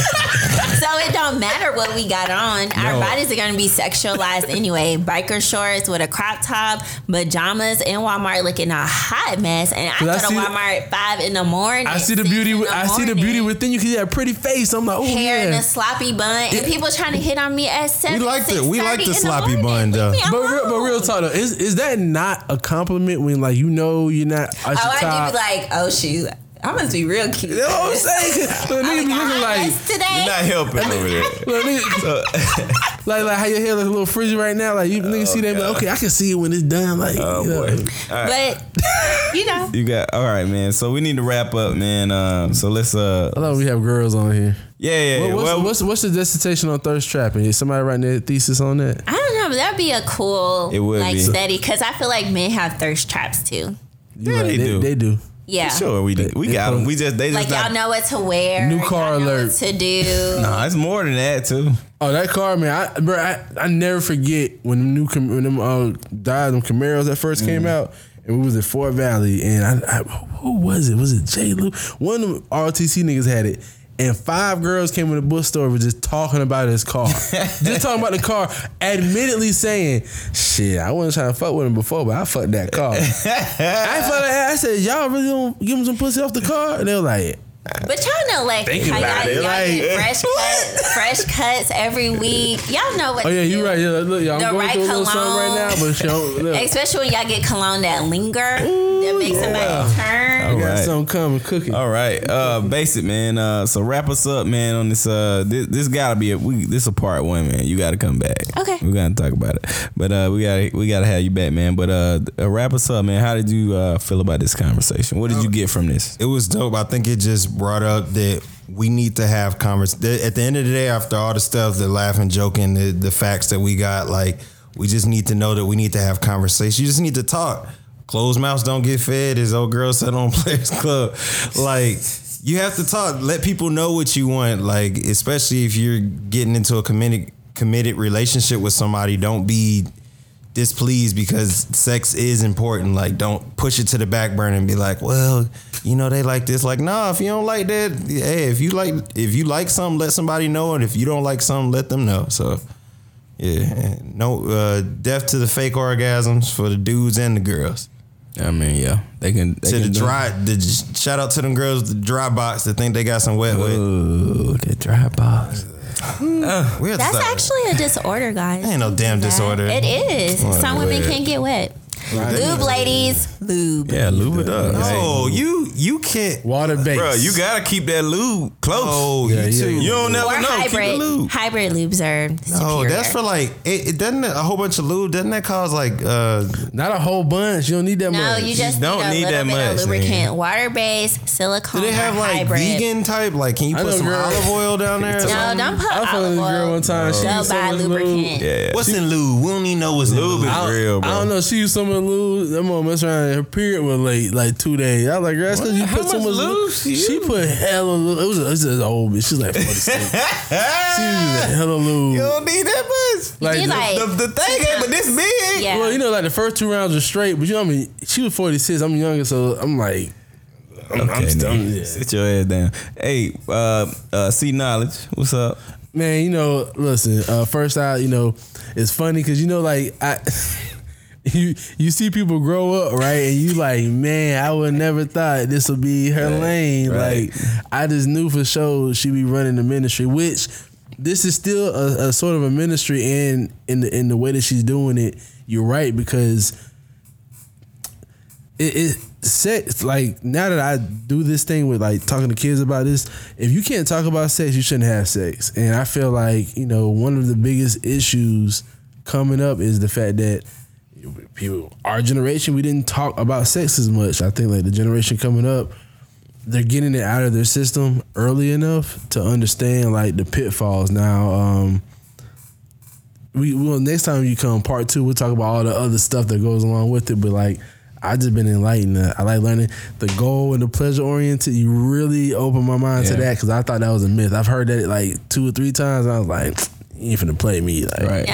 D: So it don't matter what we got on. Our bodies are gonna be sexualized anyway. Biker shorts with a crop top, pajamas, and Walmart looking a hot mess. And I go
E: But I
D: to
E: see the-
D: Walmart at five in the morning.
E: I see the
D: six
E: beauty.
D: in
E: with- I see the
D: morning,
E: beauty within you because you got a pretty face. I'm like, oh
D: hair
E: yeah.
D: in a sloppy bun, and people trying to hit on me at seven.
F: like the- we like the
D: 6:30 in
F: sloppy
D: morning.
F: bun,
D: Leave
F: though.
D: me
E: But real, but real
D: alone.
E: talk though, is is that not a compliment when like you know you're not at your
D: Oh, I
E: top?
D: do be like, oh shoot, I must be real cute.
E: you know what I'm saying? But
D: I
E: nigga be
D: got
E: looking like,
D: eyes today.
C: You're not helping over there. Uh,
E: look, nigga, like like how your hair look a little frizzy right now. Like you niggas see that, like, okay, I can see it when it's done. Like,
C: Oh
E: you know.
C: boy. All right.
D: but you know,
C: You got all right, man. So we need to wrap up, man. Um, so let's uh,
E: I love we have girls on here.
C: yeah, yeah.
E: What-
C: yeah.
E: what's,
C: well,
E: what's, what's the dissertation on thirst trapping? Is somebody writing their thesis on that?
D: I don't know. but That'd be a cool
C: It would
D: like
C: be.
D: study because I feel like men have thirst traps too.
E: You
C: Yeah,
E: right.
C: they do.
E: They do.
D: Yeah.
C: sure, we do. we got them. We just they just
D: Like
C: not,
D: y'all know what to wear.
E: New car
D: y'all know
E: alert.
D: what to do.
C: Nah, it's more than that too.
E: Oh, that car, man! I, bro, I, I never forget when the new Cam- when them uh, died them Camaros that first
D: Mm-hmm.
E: came out, and we was at Fort Valley, and I, I who was it? Was it J. Lou? One of them ROTC niggas had it, and five girls came in the bookstore was just talking about his car, just talking about the car, admittedly saying, "Shit, I wasn't trying to fuck with him before, but I fucked that car." I felt like I said, "Y'all really don't give him some pussy off the car?" And they were like,
D: But y'all know like how y'all,
E: about it,
D: y'all get
E: like-
D: fresh cuts, fresh cuts every week. Y'all know what
E: "Oh
D: to
E: yeah,
D: do.
E: you right. Yeah, look, y'all,
D: The
E: I'm going
D: right
E: through a little something right now, but you don't, look,
D: Especially when y'all get cologne that linger that makes somebody turn.
C: All
E: got
C: right.
E: something coming, cooking."
C: All right, uh, basic man. Uh, so wrap us up, man. On this, uh, this, this gotta be a we. This a part one, man. You gotta come back.
D: Okay.
C: we gotta talk about it. But uh, we gotta we gotta have you back, man. But uh, uh, wrap us up, man. How did you uh, feel about this conversation? What did you get from this?
F: It was dope. I think it just brought up that we need to have convers. that At the end of the day, after all the stuff, the laughing, joking, the, the facts that we got, like we just need to know that we need to have conversation. You just need to talk. Closed mouths don't get fed, as old girl said on Players Club. Like you have to talk. Let people know what you want. Like especially if you're getting into a committed committed relationship with somebody, don't be displeased because sex is important. Like, don't push it to the back burner and be like, well, you know, they like this. Like, nah, if you don't like that, hey, if you like if you like something, let somebody know. And if you don't like something, let them know. So yeah. and No uh deaf to the fake orgasms for the dudes and the girls.
C: I mean, yeah, they can they
F: To
C: can
F: the
C: do-
F: dry the shout out to them girls with the dry box that think they got some wet wet.
C: Ooh, the dry box.
F: We have to
D: That's
F: stop-
D: actually a disorder, guys.
F: Ain't no damn disorder.
D: It is. Some women
F: wait.
D: can't get wet. Lube, ladies, lube.
C: Yeah, lube it up.
F: No, you you can't
E: Water based,
C: bro, you gotta keep that lube close.
F: Oh,
E: Yeah, yeah,
F: you too.
E: yeah.
C: You don't
D: Or
C: never know. Keep it
D: hybrid.
C: lube.
D: Hybrid lubes are
F: Oh,
D: superior.
F: that's for like it, it doesn't a whole bunch of lube doesn't that cause like uh
E: Not a whole bunch. You don't need that
D: No,
E: much.
D: you just
C: don't need
D: need, a little
C: that
D: bit
C: much,
D: of lubricant, water based, silicone.
F: do they have
D: or
F: like
D: Oh, hybrid.
F: vegan type like can you
E: I
F: put
E: know,
F: some
E: girl.
F: olive oil down there? or
D: No,
F: something?
D: don't put
E: I fucked with
D: olive
E: this girl
D: oil.
E: one time. She
D: Go
E: used
D: buy
E: some lube.
D: lubricant.
C: Yeah.
F: What's in lube? We don't even know what's in
C: Lube
F: lube.
C: is
E: I,
C: real, bro.
E: I don't know. She used some of the lube. That mom messed around. and Her period was late, like two days. I was like, girl, that's because you
C: How
E: put so
C: much
E: much lube.
C: lube
E: She,
C: she
E: put hella lube. It was, it was an old bitch. She was like 46. she was like, hella lube.
C: You don't need that much.
E: like,
D: You
E: the-
D: like-
C: The, the thing ain't but this big.
D: Yeah.
E: Well, you know, like the first two rounds were straight, but you know what I mean? She was 46. I'm younger, so I'm like, I'm, I'm
C: Okay,
E: still-
C: nigga.
E: yeah.
C: Sit your ass down. Hey, uh, uh, C Knowledge, what's up?
E: Man, you know, listen. Uh, first, I you know, it's funny because you know, like I, you you see people grow up, right? And you like, man, I would never thought this would be her lane.
C: right.
E: Like, I just knew for sure she'd be running the ministry, which this is still a, a sort of a ministry, and in the in the way that she's doing it, you're right because it, it sex like now that I do this thing with like talking to kids about this, if you can't talk about sex, you shouldn't have sex. And I feel like you know one of the biggest issues coming up is the fact that people our generation we didn't talk about sex as much. I think like the generation coming up they're getting it out of their system early enough to understand like the pitfalls. Now, um, we will next time you come part two, we'll talk about all the other stuff that goes along with it. But like, I just been enlightened. I like learning the goal and the pleasure oriented. You really opened my mind to
A: Yeah.
E: that because I thought that was a myth. I've heard that like two or three times. I was like, you ain't finna play me. Like,
A: Right.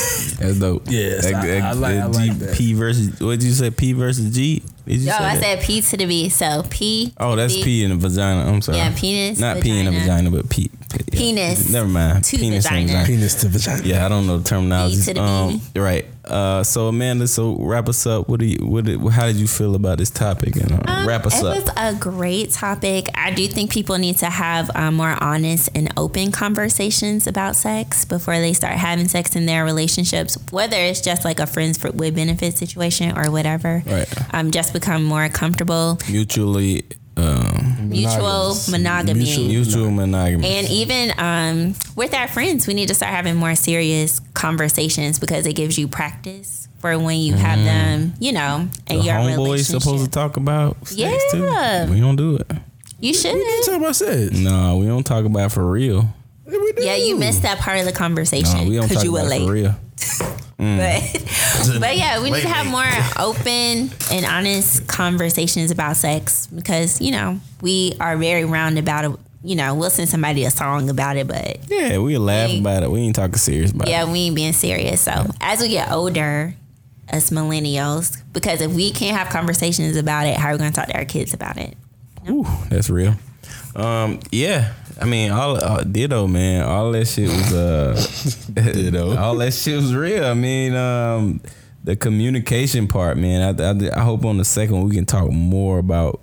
D: Yeah.
A: That's dope.
E: Yes, I- I like- I like that.
C: P versus what did you say? P versus G. Did you
D: Yo,
C: say
D: I
C: that?
D: said P to the B. So P.
C: Oh, that's
D: B,
C: P in the vagina. I'm sorry.
D: Yeah, penis,
C: Not P in the vagina,
D: vagina.
C: but P. yeah.
D: Penis
C: Never mind.
D: to
C: penis and
D: vagina.
E: penis to vagina.
C: Yeah, I don't know the terminology.
D: B to the
C: um, right. Uh, so Amanda, so wrap us up. What do you? What? Did, how did you feel about this topic? And uh,
D: Um,
C: wrap us
D: it
C: up.
D: was a great topic. I do think people need to have uh, more honest and open conversations about sex before they start having sex in their relationships, whether it's just like a friends for, with benefit situation or whatever.
C: Right.
D: Um, just become more comfortable,
C: mutually, um,
D: mutual
E: Monogamous.
D: monogamy.
C: mutual monogamy.
D: And even um, with our friends, we need to start having more serious conversations because it gives you practice for when you have them, you know, and
C: Mm-hmm. the
D: your
C: homeboy
D: relationship.
C: supposed to talk about sex
D: Yeah.
C: too. We don't do it.
D: you should.
E: Talk about sex.
C: No, we don't talk about it for real.
E: We do.
D: Yeah, you missed that part of the
C: No,
D: conversation
C: we don't
D: because
C: talk
D: you were
C: about it for
D: late.
C: real.
D: But, but yeah, we need to have more open and honest conversations about sex because you know we are very roundabout. about it. You know, we'll send somebody a song about it, but
C: Yeah, we laugh
D: Hey.
C: about it. We ain't talking serious about it.
D: yeah, we ain't being serious. So as we get older, us millennials, because if we can't have conversations about it, how are we going to talk to our kids about it?
C: Ooh, that's real. Um, yeah. I mean, all uh, ditto, man. All that shit was uh, ditto. All that shit was real. I mean, um, the communication part, man. I, I, I hope on the second we can talk more about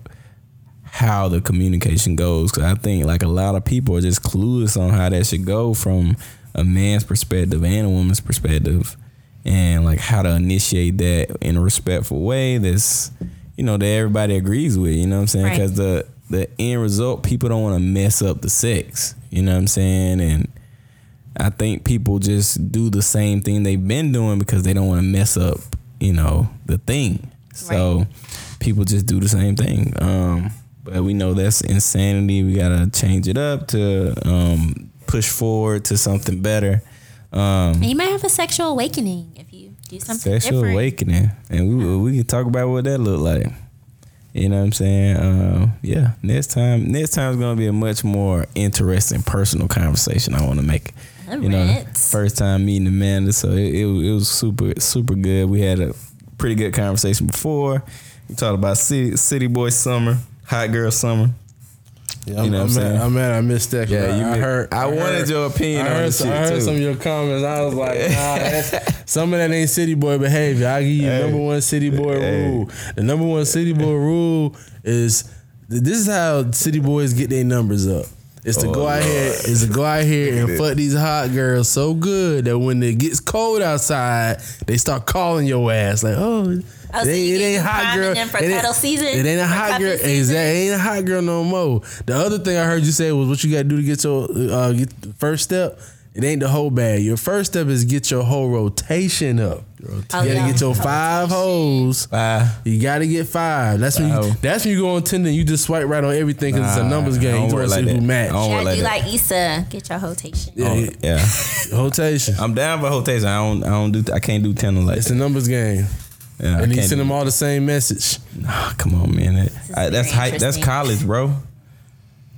C: how the communication goes because I think like a lot of people are just clueless on how that should go from a man's perspective and a woman's perspective, and like how to initiate that in a respectful way that's you know that everybody agrees with. You know what I'm saying?
D: Right.
C: Because the the end result, people don't want to mess up the sex. You know what I'm saying? And I think people just do the same thing they've been doing because they don't want to mess up, you know, the thing. So people just do the same thing. Um, but we know that's insanity. We gotta change it up to um, push forward to something better. Um,
D: And you might have a sexual awakening if you do something
C: sexual
D: different.
C: awakening, and we we can talk about what that looked like. You know what I'm saying? Uh, yeah. Next time, next time's gonna be a much more interesting personal conversation. I want to make. You know,
D: Alright.
C: first time meeting Amanda, so it, it, it was super super good. We had a pretty good conversation before. We talked about city city boy summer, hot girl summer.
E: Yeah, I'm,
C: You know what
E: I'm
C: I'm
E: mad,
C: saying?
E: I'm mad I missed that.
C: Yeah, you
E: I
C: mi-
E: heard.
C: I wanted
E: heard-
C: your opinion
E: I
C: on
E: heard,
C: this
E: some- I
C: shit,
E: heard
C: too.
E: some of your comments. I was like, nah, that's, some of that ain't city boy behavior. I give you number one city boy rule. The number one city boy rule is th- this is how city boys get their numbers up. It's
C: Oh,
E: to go out here, is to go out here and fuck these hot girls so good that when it gets cold outside, they start calling your ass like, oh,
D: Oh, so
E: it,
D: you
E: ain't- it
D: get
E: ain't
D: you
E: hot
D: priming
E: girl.
D: them for
E: it ain't-
D: cuddle season?
E: It ain't a
D: For
E: hot
D: cupping
E: girl.
D: season?
E: Exactly. It ain't a hot girl no more. The other thing I heard you say was what you got to do to get your uh, get the first step. It ain't the whole bag. Your first step is get your whole rotation up.
D: Oh,
E: You
D: yeah.
E: gotta get your five hoes.
C: Bye.
E: You gotta get five. That's when you,
C: Five.
E: that's when you go on Tinder. and You just swipe right on everything because it's a
C: Nah,
E: numbers game.
C: I don't
E: You
C: work
E: want to
C: like
E: see who
C: that. I
E: match.
C: don't
D: Yeah,
C: work like
D: do
C: that.
D: like Issa, get your rotation.
E: Yeah, yeah.
C: Yeah.
E: rotation.
C: I'm down for rotation. I don't. I don't do. I can't do Tinder like.
E: It's
C: that.
E: a numbers game,
C: Yeah, I
E: and you
C: can't
E: send
C: do
E: them all the same message.
C: Nah, come on, man. That-
D: is
C: I- that's
D: very
C: high, that's
D: interesting.
C: college, bro.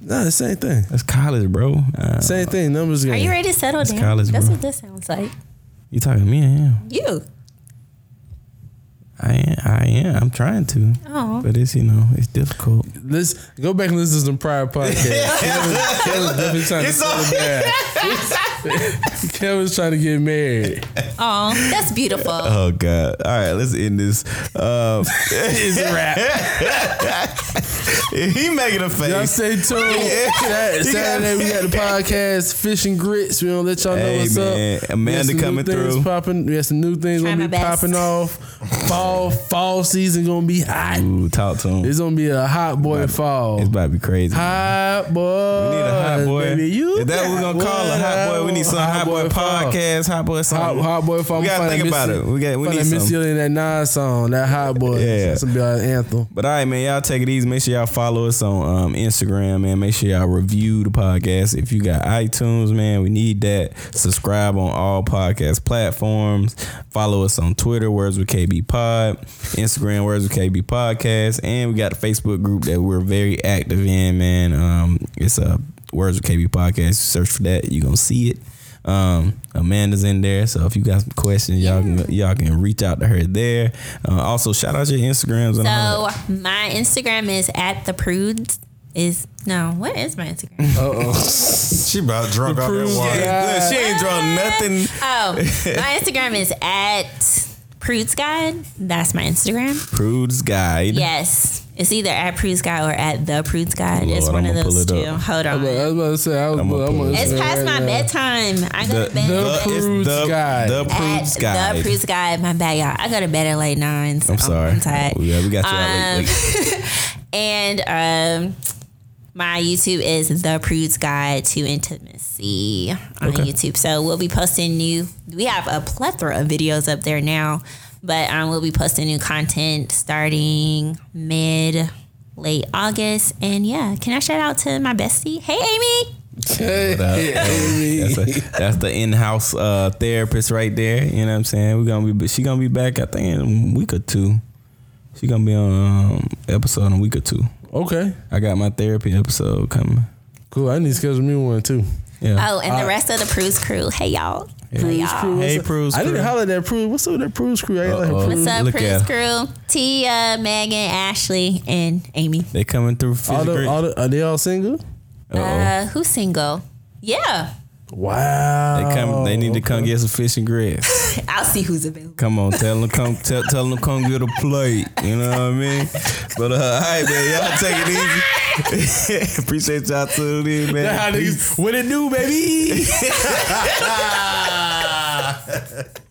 E: No, the same thing.
C: That's college, bro. Uh,
E: Same thing. Numbers game.
D: Are you ready to settle down?
C: college,
D: That's
C: bro.
D: what this sounds like.
C: you talking to me? I am.
D: You.
C: I am. I am. I'm trying to.
D: Oh.
C: But it's you know it's difficult.
E: Let's go back and listen to some prior podcasts. Kevin, Kevin's definitely trying to settle down. Kevin's trying to get married.
D: Oh, that's beautiful.
C: Oh God! All right, let's end this. Um, it's a wrap. he making a
E: Y'all
C: face.
E: stay tuned. Sat- Saturday we got the podcast Fish and Grits. We gonna let y'all know
C: Hey,
E: what's
C: man.
E: up.
C: Amanda
E: We got some new
C: coming
E: things
C: through.
E: Popping. We got some new things
D: Try
E: gonna
D: my
E: be
D: best.
E: popping off. fall fall season gonna be hot.
C: Ooh, talk to him.
E: It's
C: It's
E: gonna be a hot boy fall.
C: about to be crazy.
E: Hot boy,
C: we need a hot boy.
E: Baby, you
C: If that what we're gonna
E: got
C: call a hot boy, we need some hot, boy,
E: fall.
C: podcast, hot boy
E: Hot,
C: song.
E: hot boy fall.
C: We
E: I'm
C: gotta
E: finna
C: think
E: miss
C: about it. We got we
E: finna
C: need
E: miss
C: some.
E: you in that nine song, that hot boy.
C: Yeah.
E: that's gonna be our anthem.
C: But all right, man, y'all take it easy. Make sure y'all follow us on um, Instagram, man. Make sure y'all review the podcast. If you got iTunes, man, we need that. Subscribe on all podcast platforms. Follow us on Twitter, Words with KB Pod, Instagram, Words with KB Podcast, and we got a Facebook group that we're very active in, man. Um, it's a Words with KB Podcast. Search for that, you're gonna see it. Um, Amanda's in there, so if you got some questions, y'all can y'all can reach out to her there. Uh, also, shout out your Instagrams and all that.
D: So my Instagram is at the prudes. Is no, what is my Instagram?
F: She about drunk out that water.
C: Yeah, look, she ain't drawn nothing.
D: Oh, my Instagram is at prudes guide. That's my Instagram.
C: Prude's guide.
D: Yes, it's either at prudes guide or at the prudes guide. it's
C: Lord,
D: one
C: I'ma
D: of those
C: pull it
D: two.
C: up.
D: Hold
E: I
D: on,
E: was about to say, I was, I'm
C: I'ma pull
E: gonna
C: it.
D: it's
E: say
D: past
E: right
D: my
E: now.
D: bedtime. I
C: The,
D: go to bed.
C: the- it's
E: Prude's
C: the,
E: guide.
C: The
D: at
C: Prude's
D: the
C: guide.
D: Prudes Guide. My bad, y'all. I go to bed at late nine. So
C: I'm sorry.
D: I'm tired.
C: Yeah, we got you out late.
D: And um, my YouTube is The Prudes Guide to Intimacy on YouTube. So we'll be posting new. We have a plethora of videos up there now, but um, we'll be posting new content starting mid. Late August, and yeah, can I shout out to my bestie? Hey, Amy.
E: Hey,
C: That's, a- that's the in-house uh, therapist right there. You know what I'm saying? We're gonna be. She gonna be back. I think in a week or two. She gonna be on um, episode in a week or two.
E: okay,
C: I got my therapy episode coming.
E: cool. I need to schedule me one too.
C: Yeah.
D: Oh, and the rest of the Prudes crew. Hey, y'all. Hey,
E: Prude's
D: y'all.
E: crew, what's
C: Hey,
E: up?
C: Prude's
E: I need
C: crew.
E: to holler at that Prude. What's up with that Prude's crew? I ain't like
C: Uh-oh.
E: Prude.
D: What's up,
C: Look
D: Prudes
C: at
D: crew? Tia, Megan, Ashley, and Amy.
C: They coming through fifth
E: All
C: grade.
E: the, all the, are they all single?
C: Uh-oh.
D: Uh, who's single? Yeah,
E: Wow.
C: they come. They
E: oh,
C: need to come get some fish and grits.
D: I'll see who's available.
C: Come on, tell them come tell, tell them come get a plate. You know what I mean? But uh, all right, man, y'all take it easy. Appreciate y'all tuning in, man.
E: Nah, niggas, what it do, baby?